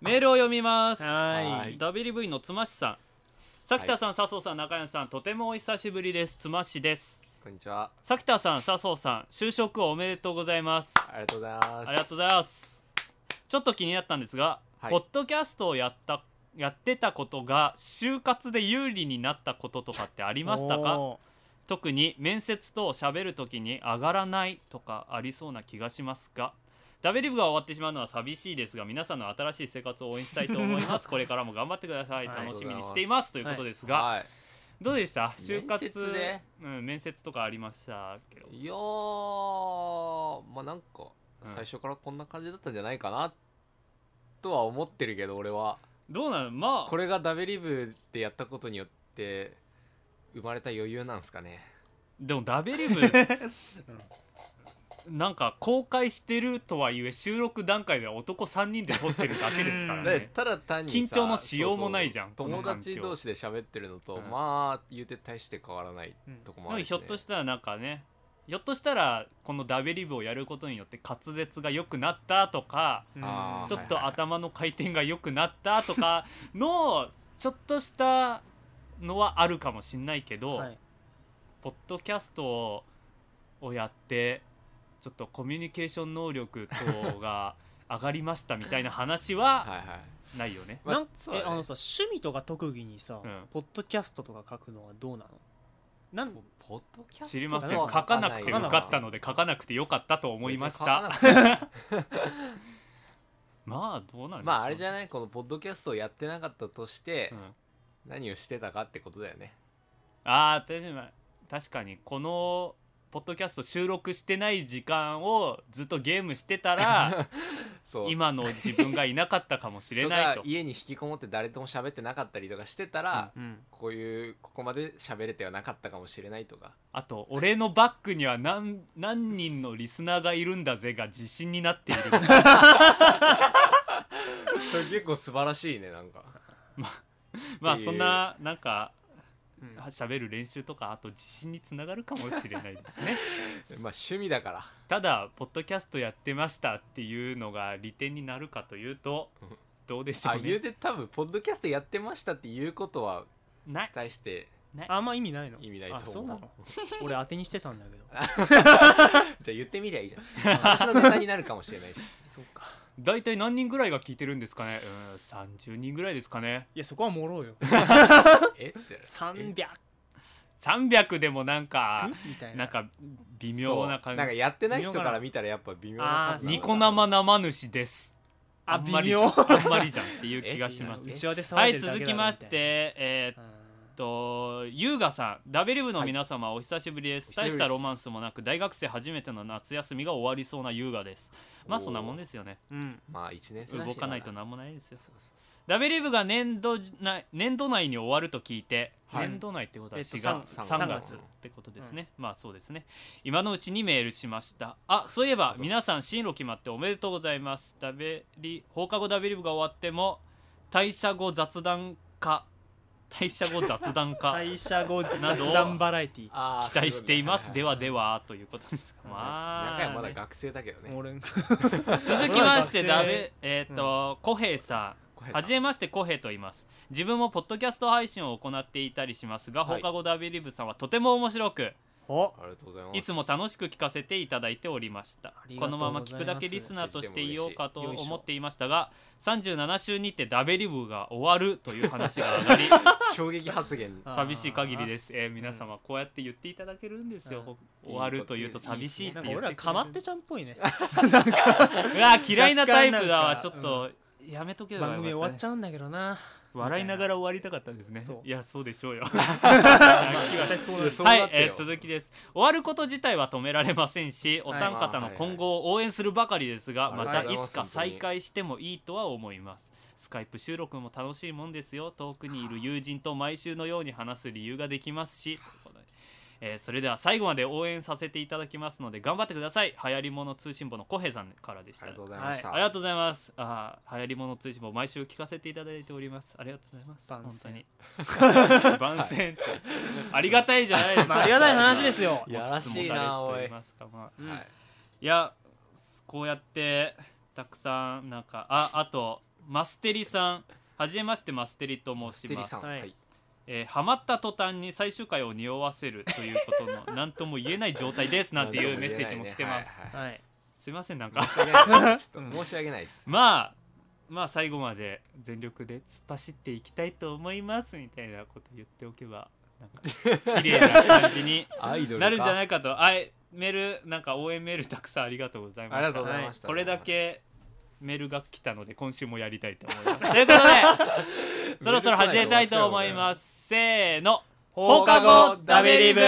メールを読みますはーい WV のつましさんさきたさん笹生さん中山さんとてもお久しぶりですつましですこんにちは。さきたさん笹生さん就職おめでとうございますありがとうございます。ありがとうございますちょっと気になったんですが、はいポッドキャストをやったやってたことが就活で有利になったこととかってありましたかお特に面接と喋る時に上がらないとかありそうな気がしますがダベリブが終わってしまうのは寂しいですが皆さんの新しい生活を応援したいと思いますこれからも頑張ってくださいはい楽しみにしていますということですが、はい。どうでした就活面接でうん、面接とかありましたけどいやー、まあなんか、うん最初からこんな感じだったんじゃないかな、とは思ってるけど、俺は。どうなのまあこれがダベリブでやったことによって、生まれた余裕なんすかね。でもダベリブなんか公開してるとはいえ収録段階では男3人で撮ってるだけですからだからねただ単にさ緊張のしようもないじゃんそうそうこの友環境達同士で喋ってるのと、うんまあ言うて大して変わらないうんとこでもあもるし、ひょねっとしたらなんかねひょっとしたらこのダベリブをやることによって滑舌が良くなったとかーあーちょっとはいはいはい頭の回転が良くなったとか のちょっとしたのはあるかもしんないけど、はいポッドキャストををやってちょっとコミュニケーション能力等が上がりましたみたいな話ははいはいないよね。まあなんそうだえねあのさ趣味とか特技にさ、うんポッドキャストとか書くのはどうなのなんポポッドキャスト知りませんそ書うかなくて書かないよかったので書かなくてよかったと思いました別に 書かなくてまあどうなんでしょうまああれじゃない、ないこのポッドキャストをやってなかったとして、うん何をしてたかってことだよねあー確かに確かにこのポッドキャスト収録してない時間をずっとゲームしてた らそう今の自分がいなかったかもしれないととか家に引きこもって誰とも喋ってなかったりとかしてたら、うんこういうここまで喋れてはなかったかもしれないとか あと俺のバックには何何人のリスナーがいるんだぜが自信になってい るそれ結構素晴らしいねな んかまっあていうそんななんかうん喋る練習とかあと自信につながるかもしれないです ねまあ趣味だからただポッドキャストやってましたっていうのが利点になるかというとうんどうでしょあう言ねうて多分ポッドキャストやってましたっていうことはない大してあんま意味ないの意味ないと思うあそうなの俺当てにしてたんだけどじゃあ言ってみりゃいいじ ゃん私のネタになるかもしれないしそうか大体何人ぐらいが聞いてるんですかねうーん30人ぐらいですかねいやそこはもろうよえ 300 300でもなんかみたいななんか微妙な感そうなんかじやってない人から見たらやっぱ微妙なあーニコ生生主ですあんまり微妙じゃんあんまりじゃんっていう気がしますえ内輪で騒はいいでるだ続けだろきましてみたいえーっなと優雅さんダベリブの皆様、お久しぶりですお久しぶ大しりですたロマンスもなく大学生初めての夏休みが終わりそうな優雅ですまあそんなもんですよねうんうんまあ1年生だし動かないとまなんもないですよだそうそうダベリブが年度じな年度内に終わると聞いて、はい年度内ってことはえっと4月、三3三月月ってことですね、まあそうですね今のうちにメールしましたあそういえばそうっす皆さん進路決まっておめでとうございますダベリ放課後ダベリブが終わっても退社後雑談化退社後雑談化 退社後雑など談バラエティあー期待していますそうでだはではということですがまあま中あ山まね、だ学生だけどね俺ん続きまして俺ダは学生ベえっ、と小平さん小平さんはじめまして、コヘイと言います。自分もポッドキャスト配信を行っていたりしますが、は放い課後ダビリブさんはとても面白く、おありがとうございますいつも楽しく聞かせていただいておりました。りがことのうござまいまます聞くだけリスナーとしていようかとよいしょ思っていましたが、37週にてダベリブが終わるという話が上がり、 衝撃 発言あー寂しい限りです。えー皆様、こうやって言っていただけるんですよ。うん終わるというと寂しいっなてん言かって俺らかまってちゃんっぽいねうわー、嫌いなタイプだわ。ち若ょ干っなんかと、やめとけばよかっ番た組ね終わっちゃうんだけどな笑いながら終わりたかったですねそういやそうでしょうよ私そうなんですそうはなっい、てよえー続きです終わること自体は止められませんしお三方の今後を応援するばかりですが、はいはいまたいつか再開してもいいとは思いますスカイプ収録も楽しいもんですよ遠くにいる友人と毎週のように話す理由ができますしということでえーそれでは最後まで応援させていただきますので頑張ってください流行り物通信簿の小平さんからでしあたりがとうございました、ありがとうございます。あー流行り物通信も毎週聞かせていただいております。ありがとうございます。番本当宣に。 番宣って。ありがたいじゃないですか。まあありがたい話です よやらし持ちついな持たれつとお言いい、ますかまあはいいや、こうやってたくさんなんかああとマステリさんはじめましてマステリと申しテリまさすん、ははいい、えーハマった途端に最終回を匂わせるということのなんとも言えない状態ですなんていうメッセージも来 てます、なんともはいすいませんなんか言えないね。はいはいちょっと申し訳ないです。まあまあ最後まで全力で突っ走っていきたいと思いますみたいなこと言っておけばなん か綺麗な感じにア イドなるんじゃないいかとあいメールなんか応援メールたくさんありがとうございまあしりたがとうございました。これだけメールが来たので今週もやりたいと思います。 ということで そろそろ始めたいと思います。せーの放課後ダベリブ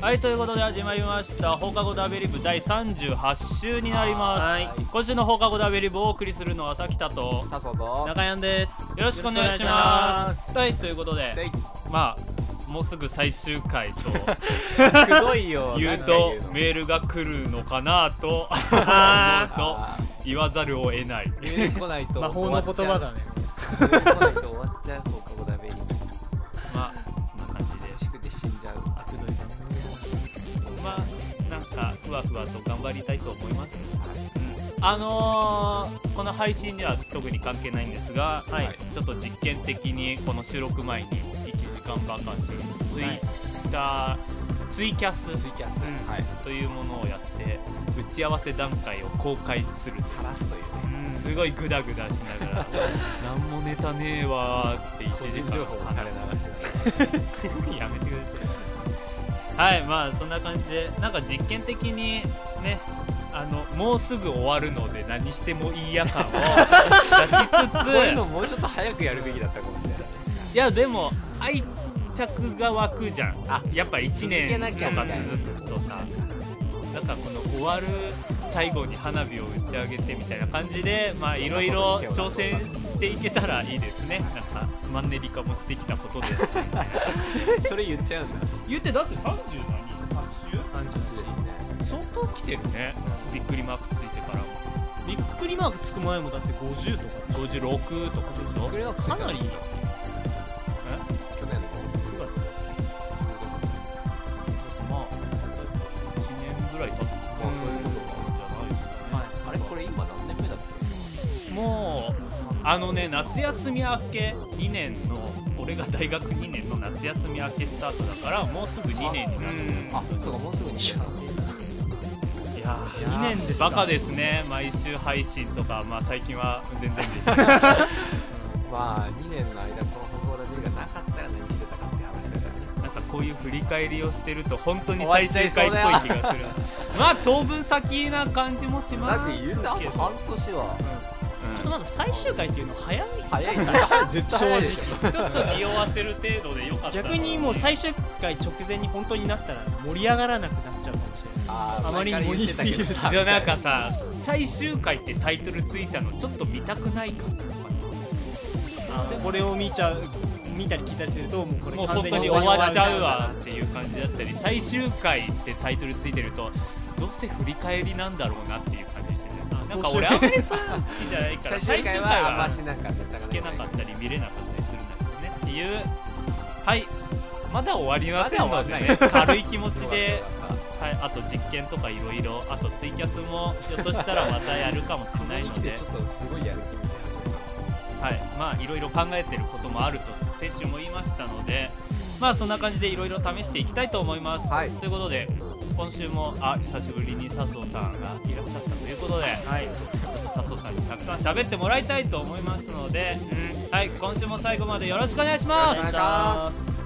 はいということで始まりました放課後ダベリブ第38週になりはいます今週の放課後ダベリブをお送りするのはさきたとさそうぞ。 中山ですよろしくお願いしよろくお願いましすはいということででまあもうすぐ最終回とすごいよ。言うとメールが来るのかなととあ言わざるを得ないメール来ないと魔法の言葉だね終わっちゃう。メール来ないと終わっちゃう。放課後ダベリブ。まあそんな感じでしくて死んじゃう。あくどい番組だまあなんかふわふわと頑張りたいと思います、はいあのーこの配信には特に関係ないんですが、いちょっと実験的にこの収録前に1時間バカンスツイッター、ツイキャスツイキャス、うんはい、というものをやって打ち合わせ段階を公開するさらすというね。すごいグダグダしながら「なんもネタねえわ」って1個時人間情報を垂れ流しなが やめてくださいはいまあそんな感じでなんか実験的にねあのもうすぐ終わるので何してもいいや感を出しつつ ら。こういうのもうちょっと早くやるべきだったかもしれない。いやでも愛着が湧くじゃんあやっぱ1続け年なきとゃみかたいな続くとさだからこの終わる最後に花火を打ち上げてみたいな感じでまあいろいろ挑戦していけたらいいですねなんかマンネリ化もしてきたこと ですしそれ言っちゃうんだ。言ってだって30何週感じです相当来てるねびっくりマークついてからもびっくりマークつく前もだって50とか56とかでしょれはかなり去年の9月まあ1年ぐらい経ってるじゃまあそういうことか。ないですかねあれこれ今何年目だっもうけ？あのね夏休み明け2年の俺が大学2年の夏休み明けスタートだからもうすぐ2年になるあ、そうかもうすぐに。いやーいやー2年ですかバカですね毎週配信とかまあ最近は全然でしたけどまあ2年の間この放課後ラジオがなかったら何してたかって話だからね。なんかこういう振り返りをしてると本当に最終回っぽい気が するまあ当分先な感じもしますだって言うとあと半年はちょっとなんか最終回っていうの早い早いな。絶対早い正直でしょうんちょっと匂わせる程度でよかったな逆にもう最終回直前に本当になったら盛り上がらなくなっちゃうかもしれないあーあまりにも言い過ぎる前からで言もなんってたけどかさ最終回ってタイトルついたのちょっと見たくない感じとかねあのこれを見ちゃう見たり聞いたりするともうこれもう完本全当にに終終わわっっちちゃゃううわわっていう感じだったり最終回ってタイトルついてるとどうせ振り返りなんだろうなっていう感じしてねなんか俺あんまりそういうの好きじゃないから 最終回はあんまし聞なんかネタがけなかったり見れなかったりするんだけどねっていうはいまだ終わりませんので、ね、軽い気持ち で、はい、あと実験とかいろいろあとツイキャスもひょっとしたらまたやるかもしれない生のきてでちょっとすごいやる気見せ始めた。はい、まあいろいろ考えてることもあると先週も言いましたのでまあそんな感じでいろいろ試していきたいと思います、はいということで今週もあ久しぶりに笹生さんがいらっしゃったということで、はい、笹生さんにたくさん喋ってもらいたいと思いますので、はい今週も最後までよろしくお願いしまよろしくお願いしますす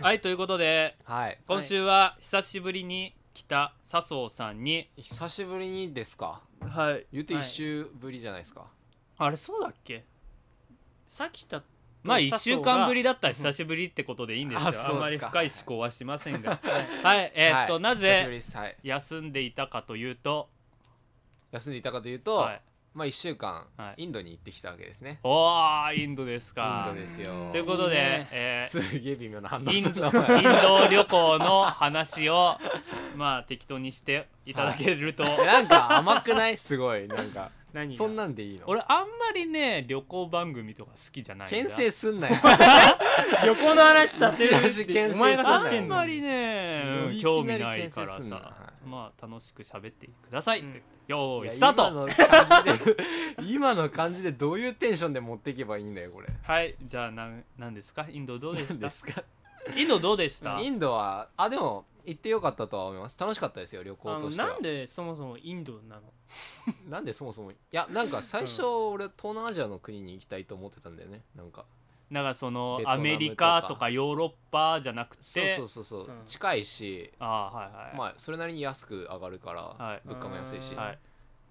はいということではい。今週は久しぶりに来た笹生さんに、久しぶりにですか。はい、言うて一週ぶりじゃないですか。あれそうだっけさきたまあ1週間ぶりだったら久しぶりってことでいいんですよああそうっすかんまり深い思考はしませんがはいえーっと、はいな久しぶりぜですはい。休んでいたかというと、休んでいたかというと、はいまあ1週間、はいインドに行ってきたわけですねおーインドですかインドですよということでいいねえーすげえ微妙な反応インするドイなンお前ド旅行の話をまあ適当にしていただける と、なんか甘 くないすごいなんか何がそんなんでいいの俺あんまりね旅行番組とか好きじゃないんだ牽制すんなよ旅行の話させいるやし牽制お前がささせせてあるんんまのりねうんいきなり興味ないから牽制すんなさはまあ楽しく喋ってください、うんよーいいやスタート今の感じで今の感じでどういうテンションで持っていけばいいんだよこれはいじゃあなんなんですかインドどうでし何たですかインドどうでしたインドはあでも行ってよかったとは思います楽しかったですよ旅あ行のとしてはなんでそもそもインドなのなんでそもそもいやなんか最初俺東南アジアの国に行きたいと思ってたんだよねなんかなんかそのベトナアムとかメリカとかヨーロッパじゃなくてそうそうそうそう、うん近いしあーはいはい、まあそれなりに安く上がるから、はい物価も安いし、あはい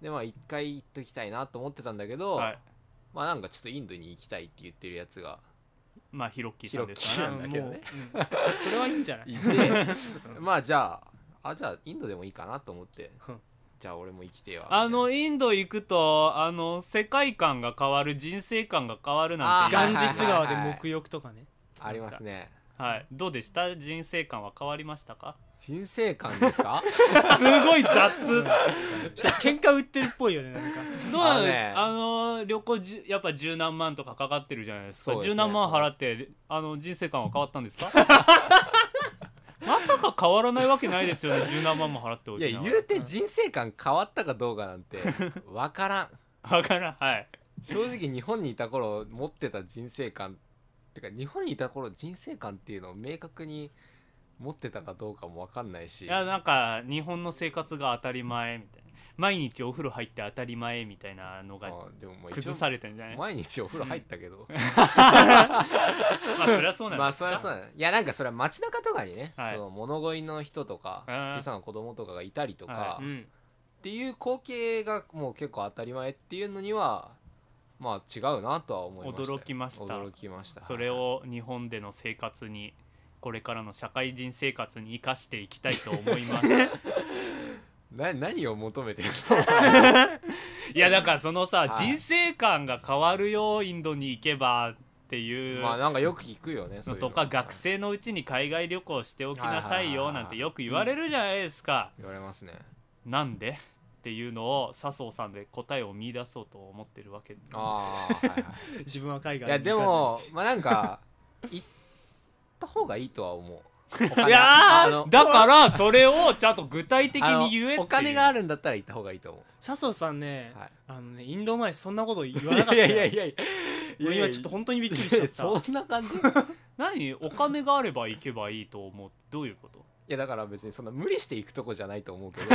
でまあ一回行っときたいなと思ってたんだけど、はいまあなんかちょっとインドに行きたいって言ってるやつ がまあヒロッキーさんですヒかロねッキーなんだけどねもううんそれはいいんじゃないいてうんまあじゃああじゃあインドでもいいかなと思ってうんじゃあ俺も行きてよあのインド行くとあの世界観が変わる人生観が変わるなんてあガーンジス川はでいはいはい沐浴と かねありますねはい、どうでした人生観は変わりましたか 人生観ですかすごい雑喧嘩売ってるっぽいよねなんかどうなのあのねあの旅行じゅやっぱ十何万とかかかってるじゃないですかそうですね十何万払ってあの人生観は変わったんです かまさか変わらないわけないですよね十何万も払っておいいてや言うて人生観変わったかどうかなんて わからん分からんはい正直日本にいた頃持ってた人生観ってか日本にいた頃人生観っていうのを明確に持ってたかどうかもわかんないしいやなんか日本の生活が当たり前みたいな毎日お風呂入って当たり前みたいなのがまあでもまあ一応崩されてんじゃない毎日お風呂入っ たけど、まあそりゃそうなんですかまあそりゃそうだねいやなんかそれは街中とかにね、はいその物乞いの人とかうん小さな子供とかがいたりとか、はういんっていう光景がもう結構当たり前っていうのにはまあ違うなとは思いましたよ驚きました驚きましたそれを日本での生活にこれからの社会人生活に生かしていきたいと思いますな何を求めてる いやだからそのさ、はい人生観が変わるよインドに行けばっていうのまあなんかよく聞くよねそうのいうとか学生のうちに海外旅行しておきなさいよはいはないはいはいんてよく言われるじゃないですか、言われますねなんでっていうのを笹生さんで答えを見出そうと思ってるわけなんでああはいはい自分は 海外いやにで行かずもまあなんか行った方がいいとは思うおす金いやあーのだからそれをちゃんと具体的あのに言えっていうお金があるんだったら行った方がいいと思笹生さんね、はいあのねインド前そんなこと言わうなかったよやいや俺今ちょっと本当にびっくりしちゃったそんな感じ い何お金があれば行けばいいと思うどういうことやだから別にそんな無理して行くとこじゃないと思うけど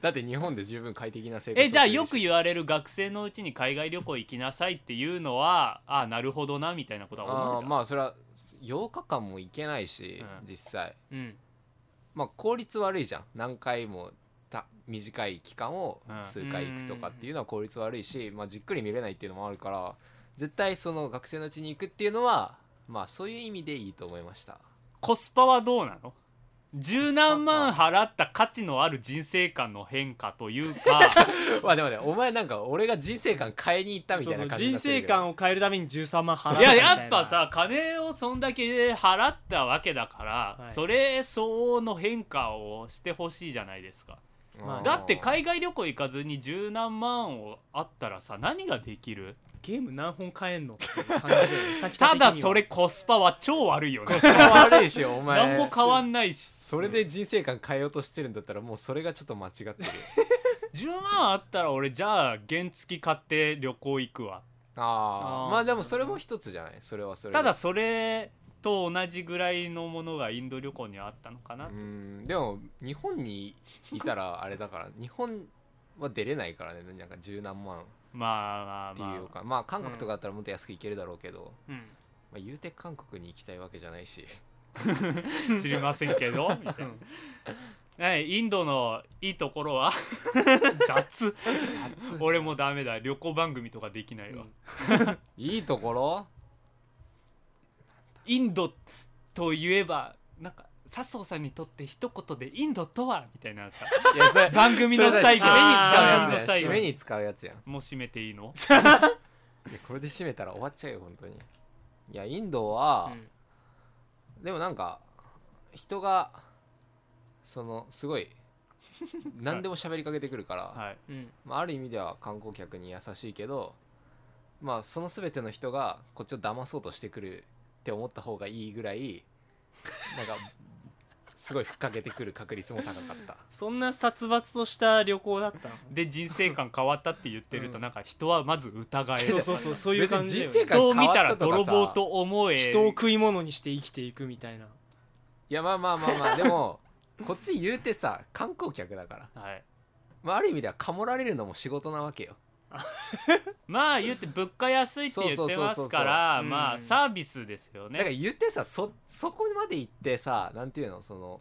だって日本で十分快適な生活えじゃあよ送くれるし言われる学生のうちに海外旅行行きなさいっていうのはあなるほどなみたいなことはあ思あうまあそれは8日間も行けないし、うん実際うんまあ効率悪いじゃん何回もた短い期間をうん数回行くとかっていうのは効率悪いし、まあ、じっくり見れないっていうのもあるから絶対その学生のうちに行くっていうのはまあそういう意味でいいと思いましたコスパはどうなの十何万払った価値のある人生観の変化という かまあでもねお前なんか俺が人生観変えに行ったみそたういなそう感じに人なって生るけど観を変えるために13万払ういややっぱさ金をそんだけ払ったわけだから、はいそれ相応の変化をしてほしいじゃないですかまあだって海外旅行行かずに十何万をあったらさ何ができるゲーム何本買えんのっていう感じだよね先ただ的にはそれコスパは超悪いよね コスパ悪い しお前何も変わんんないしそれで人生観変えようとしてるんだったらもうそれがちょっと間違ってる10万あったら俺じゃあ原付き買って旅行行くわああーあまあでもそれも一つじゃないそれはそれでただそれと同じぐらいのものがインド旅行にはあったのかな、うんでも日本にいたらあれだから 日本は出れないからねなんか十何万っまあてまあいうまあかまあ韓国とかだったらもっと安く行けるだろうけど、うんまあ、言うて韓国に行きたいわけじゃないし 知りません けどみたいな、はい、インドのいいところ は雑俺もダメだ旅行番組とかできないわ、うんいいところインドといえばなんか笹生さんにとって一言でインドとはみ たいな さ番組のそれさ最後締めに使う番組やのつや最ん締後めに使うやつやんもう締めていいのいやこれで締めたら終わっちゃうよ本当にいやインドは、でもなんか人がそのす ごい何でも喋りかけてくるから、はいうんうんまあ、ある意味では観光客に優しいけどまあその全ての人がこっちを騙そうとしてくるって思った方がいいぐらいなんかすごいふっかけてくる確率も高かったそんな殺伐とした旅行だった ので人生観変わったって言ってると、うんなんか人はまず疑えるそうそうそうそういう感じだよね別に人生人を見たら泥棒と思え人を食い物にして生きていくみたいないやまあまあまあまあでもこっち言うてさ観光客だから、はい、まあ、ある意味ではかもられるのも仕事なわけよまあ言って物価安いって言ってますかそうそうそうそうらうんまあサービスですよだからね言ってさそそこまで行ってさなんていうのその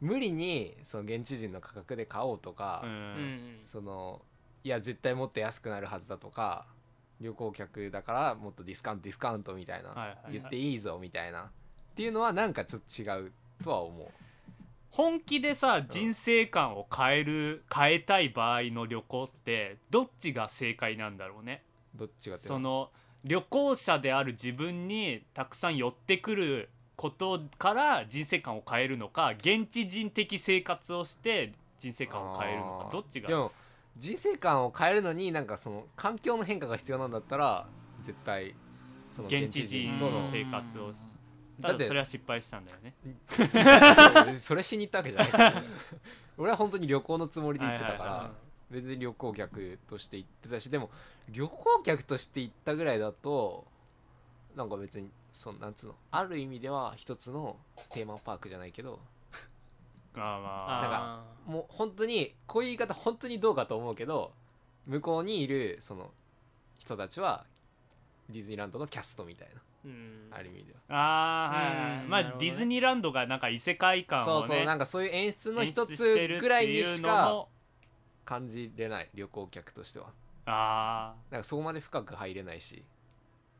無理にその現地人の価格で買おうとか、ううんんそのいや絶対もっと安くなるはずだとか旅行客だからもっとディスカウントディスカウントみたいな、はいはいはい言っていいぞみたいなっていうのはなんかちょっと違うとは思う本気でさ人生観を変える変えたい場合の旅行ってどっちが正解なんだろうねどっちがっていうその旅行者である自分にたくさん寄ってくることから人生観を変えるのか現地人的生活をして人生観を変えるのあかーどっちがでも人生観を変えるのになんかその環境の変化が必要なんだったら絶対その現地人とどのの生活をただっだてそれは失敗したんだよね それしに行ったわけじゃないから俺は本当に旅行のつもりで行ってたから、はいはいは別に旅行客として行ってたしでも旅行客として行ったぐらいだとなんか別にそのなんつうのある意味では一つのテーマパークじゃないけどまあまあなんかあーもう本当にこういう言い方本当にどうかと思うけど向こうにいるその人たちはディズニーランドのキャストみたいうんなある意味では。あーはいはい、うんまあ、なるほどデねィズニーランドがなんか異世界観をそねうそうなんかそういう演出の演一出つしてるってぐらいにうしのかも感じれない旅行客としてはああなんかそこまで深く入れないし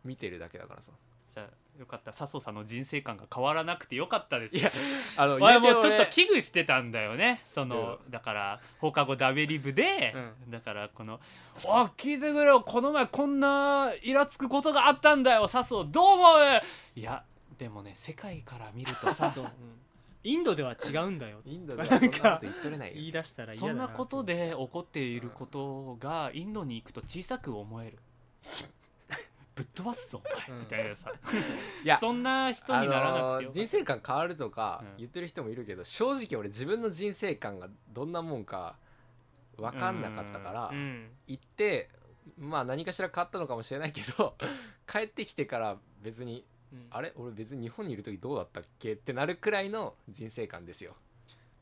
見てるだけだからさじゃあよかった笹生さんの人生観が変わらなくてよかったですいやあの俺も言うちてょっ俺と危惧してたんだよねそのだから放課後ダベリブで、だからこの「あ聞いてくれよこの前こんなイラつくことがあったんだよ笹生どう思う?」いやでもね世界から見るとさそう、うんインドでは違うんだよインドではそんなこと言っとれないよ言い出したら嫌 そだんななことで起こっていることがインドに行くと小さく思える ぶっ飛ばすぞお前うんみたいなさいやそんな人にならなくてよあかのー人った生観変わるとかうん言ってる人もいるけど、正直俺自分の人生観がどんなもんか分かんなかったから、うん行ってまあ何かしら変わったのかもしれないけど 帰ってきてから別にうんあれ俺別に日本にいる時どうだったっけってなるくらいの人生観ですよ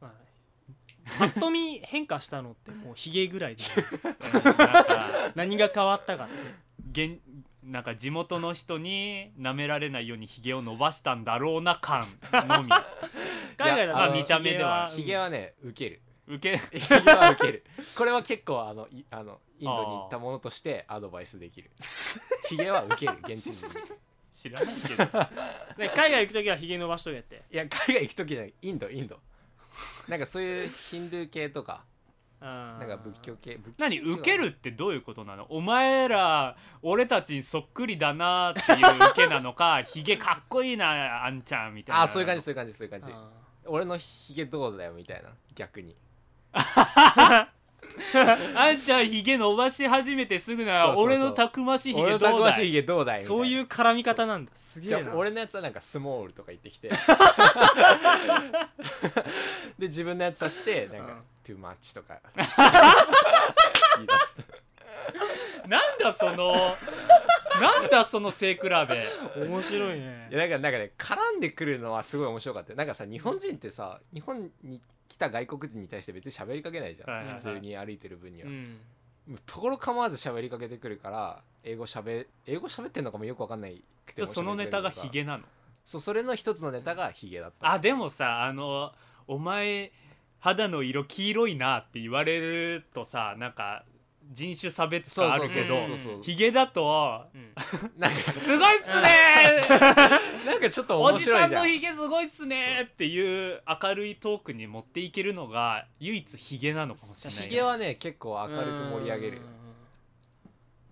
まあぱっと見変化したのってもうヒゲぐらいで なんか何が変わったかって現なんか地元の人に舐められないようにひげを伸ばしたんだろうな感のみ 海外だいとやあの見た目ではヒゲはねウケる受けヒゲはウケ るこれは結構あのいあのインドに行ったものとしてアドバイスできるヒゲはウケる現地 人に知らないけどで海外行く時はヒゲ伸ばしとけっていや海外行く時じゃないインドインドなんかそういうヒンドゥー系とかななんか仏教系仏教何受けるってどういうことなのお前ら俺たちにそっくりだなっていう受けなの かひげかっこいいなあんちゃんみたいなああそういう感じそういう感じそういう感じあ俺のヒゲどうだよみたいな逆にあんちゃんひげ伸ばし始めてすぐなそうそうそう俺のたくましいひ俺げどのうだいたくましいヒゲどうだーいみたいなそういう絡み方なんだすげじえゃなあ俺のやつはなんかスモールとか言ってきてで自分のやつさしてなんうんか「トゥーマッチ」とか 言い出すなんだそのなんだその背 比べ面白いいやねだからなんかね絡んでくるのはすごい面白かったよなんかさ日本人ってさ日本に来た外国人に対して別に喋りかけないじゃん、はいはいはい普通に歩いてる分には、うんもうところ構わず喋りかけてくるから英語喋英語喋ってんのかもよくわかんないくてもそのネタが喋りかひけてくるげなのからそうそれの一つのネタがヒゲだったあでもさあのお前肌の色黄色いなって言われるとさなんか人種差別そう感そあうるけどそうそうそうヒゲだとうん「すごいっすねなんかちょっとお面じ白さいんじゃのんヒゲすごいっすねっていう明るいトークに持っていけるのが唯一ヒゲなのかもしれない、ヒゲはね結構明るく盛り上げる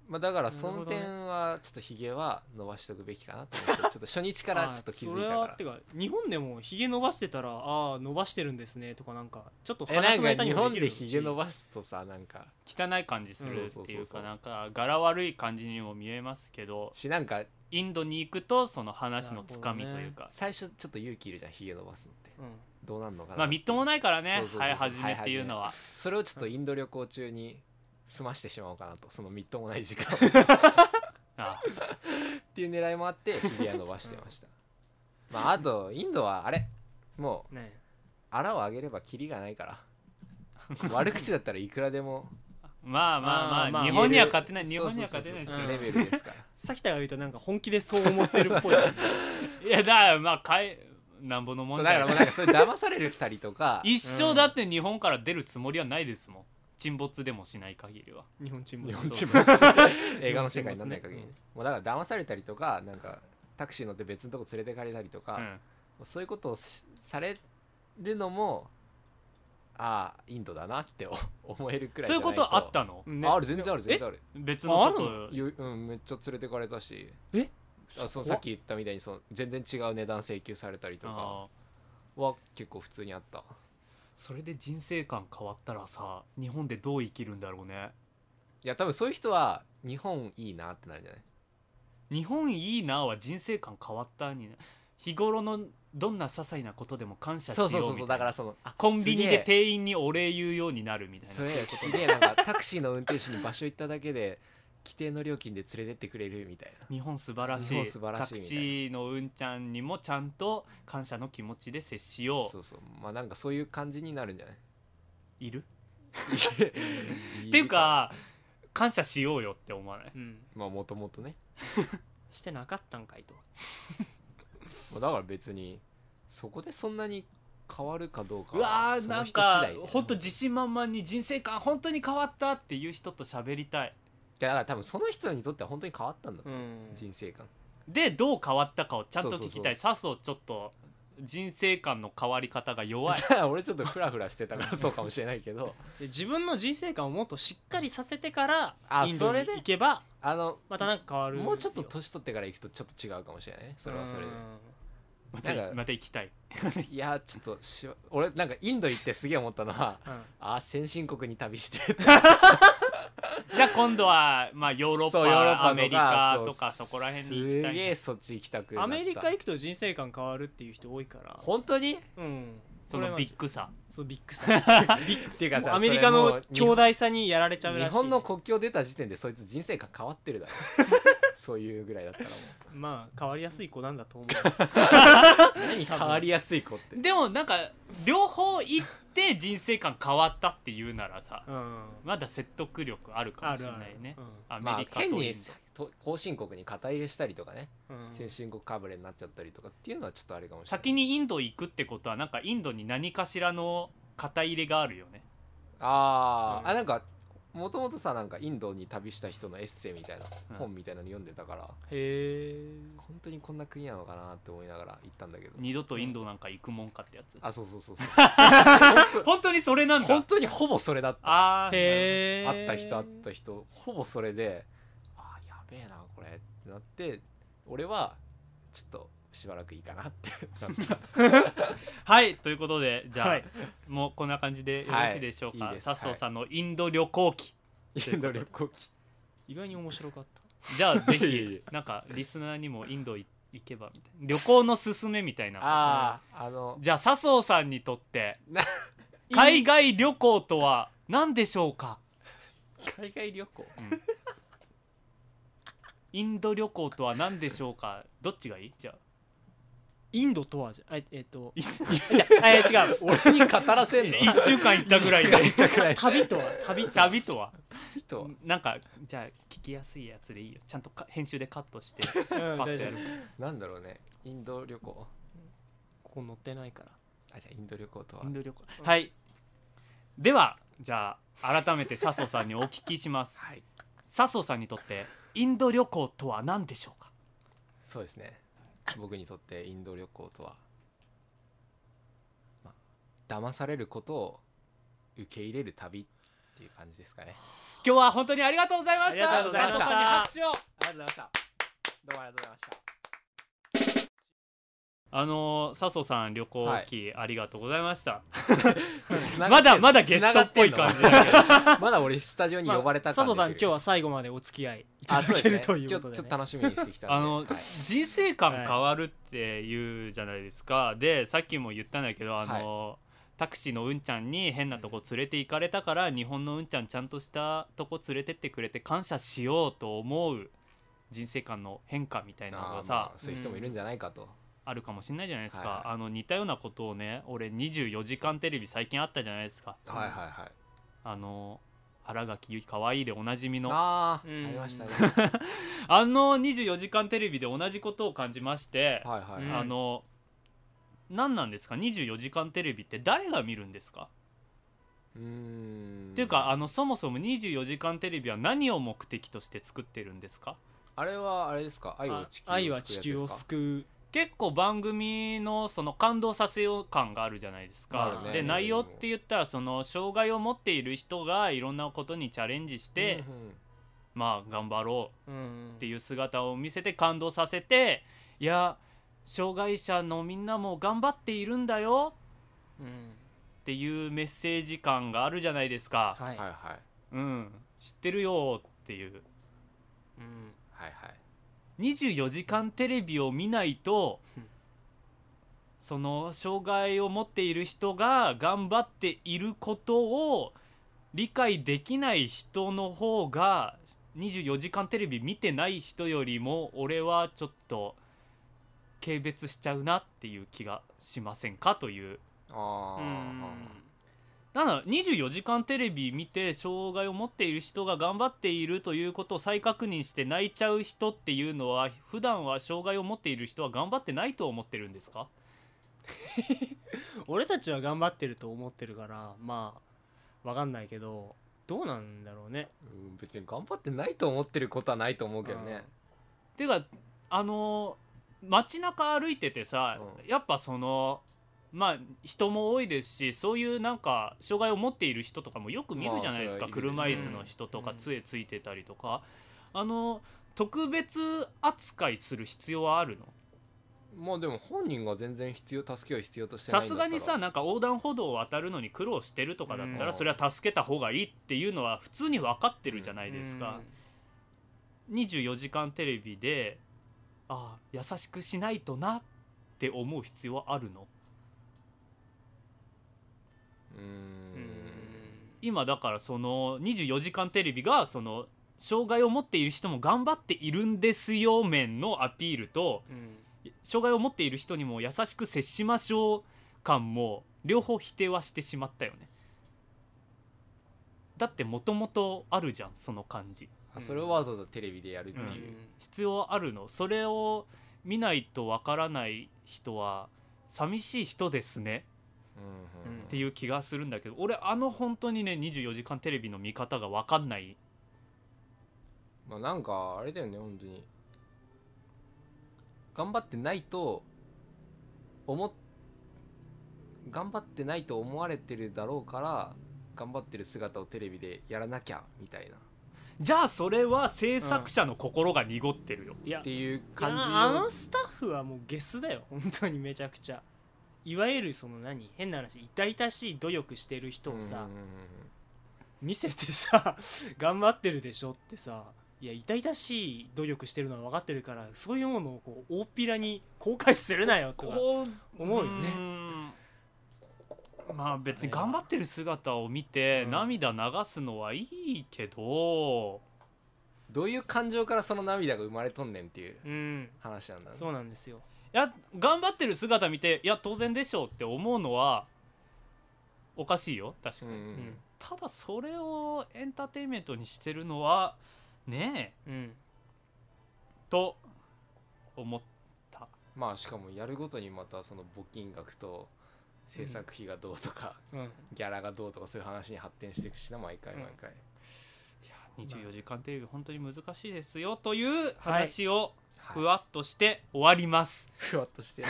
まあ、だからその点はちょっとヒゲは伸ばしとくべきかなと思って、ちょっと初日からちょっと気づいたああかそれらはてか日本でもひげ伸ばしてたらああ伸ばしてるんですねとかなんかちょっとえ話のなんかネ日にも本できるでヒゲ伸ばすとさなんか汚い感じするっていうんそうそうそううそかうなんか柄悪い感じにも見えますけどしなんかインドに行くとその話のつかみというか、最初ちょっと勇気いるじゃんヒゲ伸ばすのってうんどうなんのかなまあみっともないからそうねそうそう生え始めっていうのは、それをちょっとインド旅行中に済ましてしまおうかなとそのみっともない時間 をっあていう狙いもあってヒゲは伸ばしてました、まああとインドはあれもうねあらをあげればキリがないから悪口だったらいくらでもまあまあまああーまあ日本には言え勝るてない日本には勝てないですそようねそうそうそうレベルですからさきたが言うとなんか本気でそう思ってるっぽ いいやだからまあかえなんぼのもそんうじだゃからないうもなんかそれ騙される2人とか 一生だって日本から出るつもりはないですもん沈没でもしない限りは日本チーム日は本そ沈う没映画の世界にならない限り、うんもうだから騙されたりとかなんかタクシー乗って別のとこ連れてかれたりとか、うもんうそういうことをしされるのもああインドだなって思えるくらいそじういゃうなこいととあったのねあある全然ある全然ある別のとこあようん、めっちゃ連れてかれたしえあそのさっき言ったみたいにその全然違う値段請求されたりとかあーは結構普通にあったそれで人生観変わったらさ日本でどう生きるんだろうねいや多分そういう人は日本いいなってなるんじゃない日本いいなは人生観変わったに日頃のどんな些細なことでも感謝しよそううそうそうそみうただいなからそのあコンビニすげでえ店員にお礼言うようになるみたいなそれすげえなんかタクシーの運転手に場所行っただけで規定の料金で連れてってくれるみたいな日本素晴らし日い本素晴らしタいみクたいなシーのうんちゃんにもちゃんと感謝の気持ちで接しようそうそうまあなんかそういう感じになるんじゃないいるっっていうか感謝しようよって思わないうんまあもともとねしてなかったんかいとまあだから別にそこでそんなに変わるかどうかうわはーそなのん人か次第だよねほんと自信満々に人生観本当に変わったっていう人と喋りたいだから多分その人にとっては本当に変わったんだ、うん人生観でどう変わったかをちゃんと聞きたいそさそうちょっと人生観の変わり方が弱い 俺ちょっとフラフラしてたからそうかもしれないけどで自分の人生観をもっとしっかりさせてからあインドに行けばあのまたなんか変わるもうちょっとよ年取ってから行くとちょっと違うかもしれないねそれはそれでまたなんかまた行きたいいやちょっとしわ俺なんかインド行ってすげえ思ったの はうんうんあー先進国に旅してじゃあ今度はまあヨーロッパそうヨーロッパとかアメリカとかうそこら辺に行きたいすげえそっち行きたくなったアメリカ行くと人生観変わるっていう人多いから本当にうんそこれのはビッグさそうビッグさビ ッっていうかもうさアメリカのそれ強もう大さにやられちゃう日らしい本の国境出た時点でそいつ人生観変わってるだろ そういうぐらいだったらもまあ変わりやすい子なんだと思うう何変わりやすい子ってでもなんか両方行って人生観変わったっていうならさうんまだ説得力あるかあもしるれあないるねうんアメまあリカとイン変ド、にと後進国に肩入れしたりとかね、うん先進国かぶれになっちゃったりとかっていうのはちょっとあれかもしれない先にインド行くってことはなんかインドに何かしらの肩入れがあるよねあー、うんあなんかもともとさなんかインドに旅した人のエッセイみたいな、うん本みたいなの読んでたからへえ本当にこんな国なのかなって思いながら行ったんだけど二度とインドなんか行くもんかってやつあそうそうそ うそう本当にそれなん本だ当にほぼそれだったあーへえ会った人会った人ほぼそれであーやべえなこれってなって俺はちょっとしばらくいいかなってなったはいということでじゃあ、はいもうこんな感じでよろしいでしょうか、はいいいですさっそうさんのインド旅行記、インド旅行記意外に面白かったじゃあぜ いえいひなんかリスナーにもインドい行けばみた いな旅行のすすめみたいなあああのじゃあ笹生さんにとってな海外旅行とは何でしょうか海外 旅行インド旅行とは何でしょうかどっちがいいじゃあ インドとはじゃええっとえ違う俺に語らせんの1週間行ったぐらい一回で行ったくらい旅とは旅とは旅とは旅とはなんかじゃあ聞きやすいやつでいいよちゃんとか編集でカットしてうんパッと 大丈や夫るなんだろうねインド旅行ここ乗ってないからあじゃあインド旅行とはインド旅行いはいではじゃあ改めて笹生さんにお聞きしますはい笹生さんにとってインド旅行とは何でしょうかそうですね僕にとってインド旅行とは、まあ、騙されることを受け入れる旅っていう感じですかね今日は本当にありがとうございましたありがとうございました佐野さんに拍手をありがとうございましたどうもありがとうございましたあのー笹生さん旅行はい記ありがとうございました、繋が まってんだのまだゲストっぽい感じ繋がだけどってんのまだ俺スタジオに呼ばれたまあ感佐じ藤さん今日はは最後までお付き合いいたあだそうけるですとねいちょうっこちととょでっとね楽しみにしてきたんであのはい人生観変わるっていうじゃないですか、でさっきも言ったんだけどあの、タクシーのうんちゃんに変なとこ連れて行かれたから日本のうんちゃんちゃんとしたとこ連れてってくれて感謝しようと思う人生観の変化みたいなのあがーさ、まああ、そういう人もいるんじゃないかと、るかもしれないじゃないですか、はいはいあの似たようなことをね俺『24時間テレビ』最近あったじゃないですか、はいはいはいあの新垣結衣かわいいでおなじみのああ、うんありましたねあの『24時間テレビ』で同じことを感じまして、はいはい、うんあの何なんですか24時間テレビって誰が見るんですか、うーんっていうかあのそもそも24時間テレビは何を目的として作ってるんですかあれはあれですか愛をあ地球愛は地球を救救結構番組のその感動させよう感があるじゃないですまか、あねでうん内容って言ったらその障害を持っている人がいろんなことにチャレンジしうやてつです、かうんうんまあ頑張ろうう、うんっていう姿を見せて感動させていや障害者のみんなも頑張っているんだようんっていうメッセージ感があるじゃないですか、はい、はいはいうん知ってるよっていううんはいはい24時間テレビを見ないとうんその障害を持っている人が頑張っていることを理解できない人の方が24時間テレビ見てない人よりも俺はちょっと軽蔑しちゃうなっていう気がしませんかというああ、なの24時間テレビ見て障害を持っている人が頑張っているということを再確認して泣いちゃう人っていうのは普段は障害を持っている人は頑張ってないと思ってるんですか俺たちは頑張ってると思ってるからまあわかんないけどどうなんだろうねうん、別に頑張ってないと思ってることはないと思うけどねてかあのー街中歩いててさ、うやっぱそのまあ人も多いですしそういうなんか障害を持っている人とかもよく見るじゃないですか、まあそれ車はい椅る子の人とかうん杖ついてたりとか、あの特別扱いする必要はあるのまあでも本人が全然必要助けを必要としてなさいんだすったがらにさなんか横断歩道を渡るのに苦労してるとかだったらうんそれは助けた方がいいっていうのは普通に分かってるじゃないですか、24時間テレビでああ優しくしないとなって思う必要はあるのうーうんうんん今だからその24時間テレビがその障害を持っている人も頑張っているんですよ面のアピールとうん障害を持っている人にも優しく接しましょう感も両方否定はしてしまったよねだってもともとあるじゃんその感じあそれをわざわざテレビでやるってうんいう、必要あるのそれを見ないとわからない人は寂しい人ですねうんうんうんっていう気がするんだけど俺あの本当にね24時間テレビの見方がわかんないまあなんかあれだよね本当に頑張ってないと思っ頑張ってないと思われてるだろうから頑張ってる姿をテレビでやらなきゃみたいなじゃあそれは制作者の心が濁ってるよ、いやっていういや感じあのをスタッフはもうゲスだよ本当にめちゃくちゃいわゆるその何変な話痛々しい努力してる人をさ、うんうんうん見せてさ 頑張ってるでしょってさいや痛々しい努力してるのは分かってるからそういうものをこう大っぴらに後悔するなよとかこ思うよねねまあ別に頑張ってる姿を見てうん涙流すのはいいけど、どういう感情からその涙が生まれとんねんっていううん話なんだねそうなんですよいや頑張ってる姿見ていや当然でしょうって思うのはおかしいよ確かうんに、うんうんうんただそれをエンターテインメントにしてるのはねうんえと思ったまあしかもやるごとにまたその募金額と制作費がどうとか、うんギャラがどうとかそういう話に発展していくしな毎回うん毎回、いや24時間テレビ本当に難しいですよという話をふわっとして終わりますふわっと してる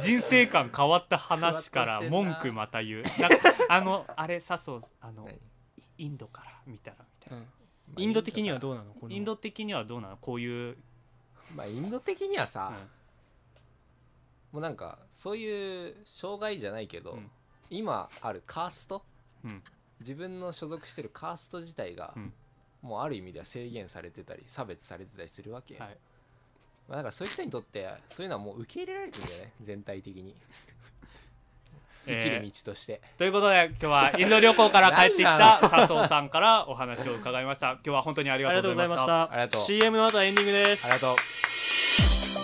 人生観変わった話から文句また言うなんかあのあれ笹生あの何インドから見たらみたいなうんインド的にはどうなのこのインド的にはどうなのこういう、まあインド的にはさ、うんもうなんかそういう障害じゃないけど、うん今あるカーストうん自分の所属してるカースト自体が、うんもうある意味では制限されてたり差別されてたりするわけよ、はいまあ、だからそういう人にとってそういうのはもう受け入れられてるんじゃない全体的 に生きる道として、ということで今日はインド旅行から帰ってきた笹生さんからお話を伺いました今日は本当にありあがりとがうとうごござざいましいましたたありがとう CM の後はエンディングですありがとう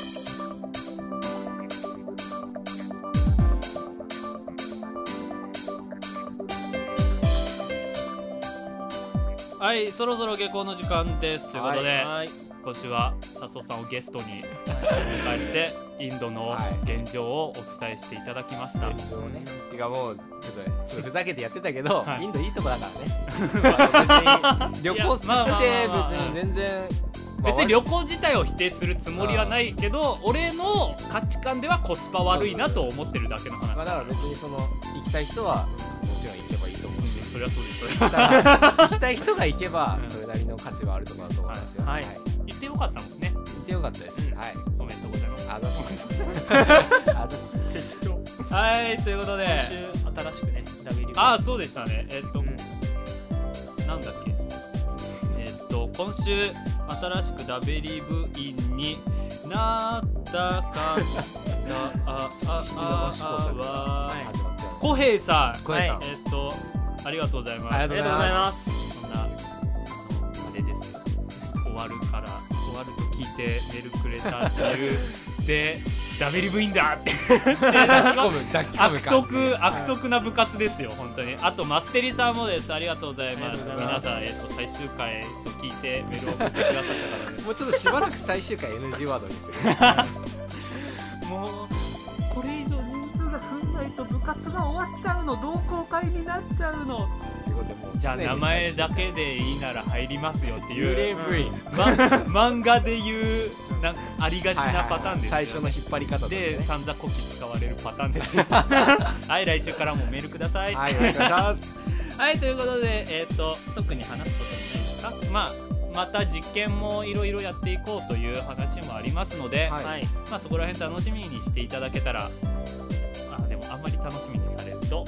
はいそろそろ下校の時間ですということで、はい今週は笹生さんをゲストにお迎えしてインドの現状をお伝えしていただきました、現状をねてかもうちょっとちょっとふざけてやってたけど、はいインドいいとこだからね別に旅行通じていやまあまあまあまあ別に全然別に旅行自体を否定するつもりはないけど俺の価値観ではコスパ悪いなと思ってるだけの話まあ、だから別にその行きたい人はもちろん行けばいいと思うしそれはそうですそれはただ行きたい人が行けばうんそれなりの価値はあると思うと思いますよ、はい言ってよかったもんね行ってよかったです、うんはいおめでとうございますあざっすあざっすはいということで今週新しくね W ああそうでしたねえっと、うんなんだっけえっと今週新しくダベリ部員になったかなああああは始まっ ちゃう小平さん小平さんはいえっとありがとうございますありりががとうごとうござざいいまますそんなあのあれですよ終わるから終わると聞いてメールくれたっていうでダベリ部員だってって抱き込む抱き込む悪感じ徳悪徳な部活ですよ、本当にあとマステリさんもですありがとうございますありがとうございます皆さん、えっと最終回と聞いてメールを送ってくださった方でもうちょっとしばらく最終回 NG ワードにす るすもうこれ以上人数が増えないと部活が終わっちゃうの同好会になっちゃうのということでもうじゃあ常に名前だけでいいなら入りますよ って幽い霊う、部員ま、漫画でいうなんかありがちなパターンですよね、最初の引っ張り方として、ねで、散々こき使われるパターン ですよはい来週からもメールくださいはいお願いし ますはいということで、えー、と特に話すことないですか、まあ、また実験もいろいろやっていこうという話もありますので、はいはいまあ、そこら辺楽しみにしていただけたらあでもあんまり楽しみにされると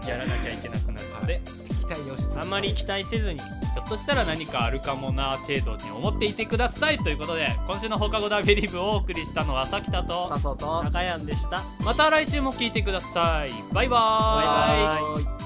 うんやらなきゃいけなくなるので、期待に押しつつあんまり期待せずにひょっとしたら何かあるかもな程度に思っていてくださいということで今週の放課後ダビリブをお送りしたのはさきたと笹と中山でしたまた来週も聞いてくださいバイバーイバイバイーイ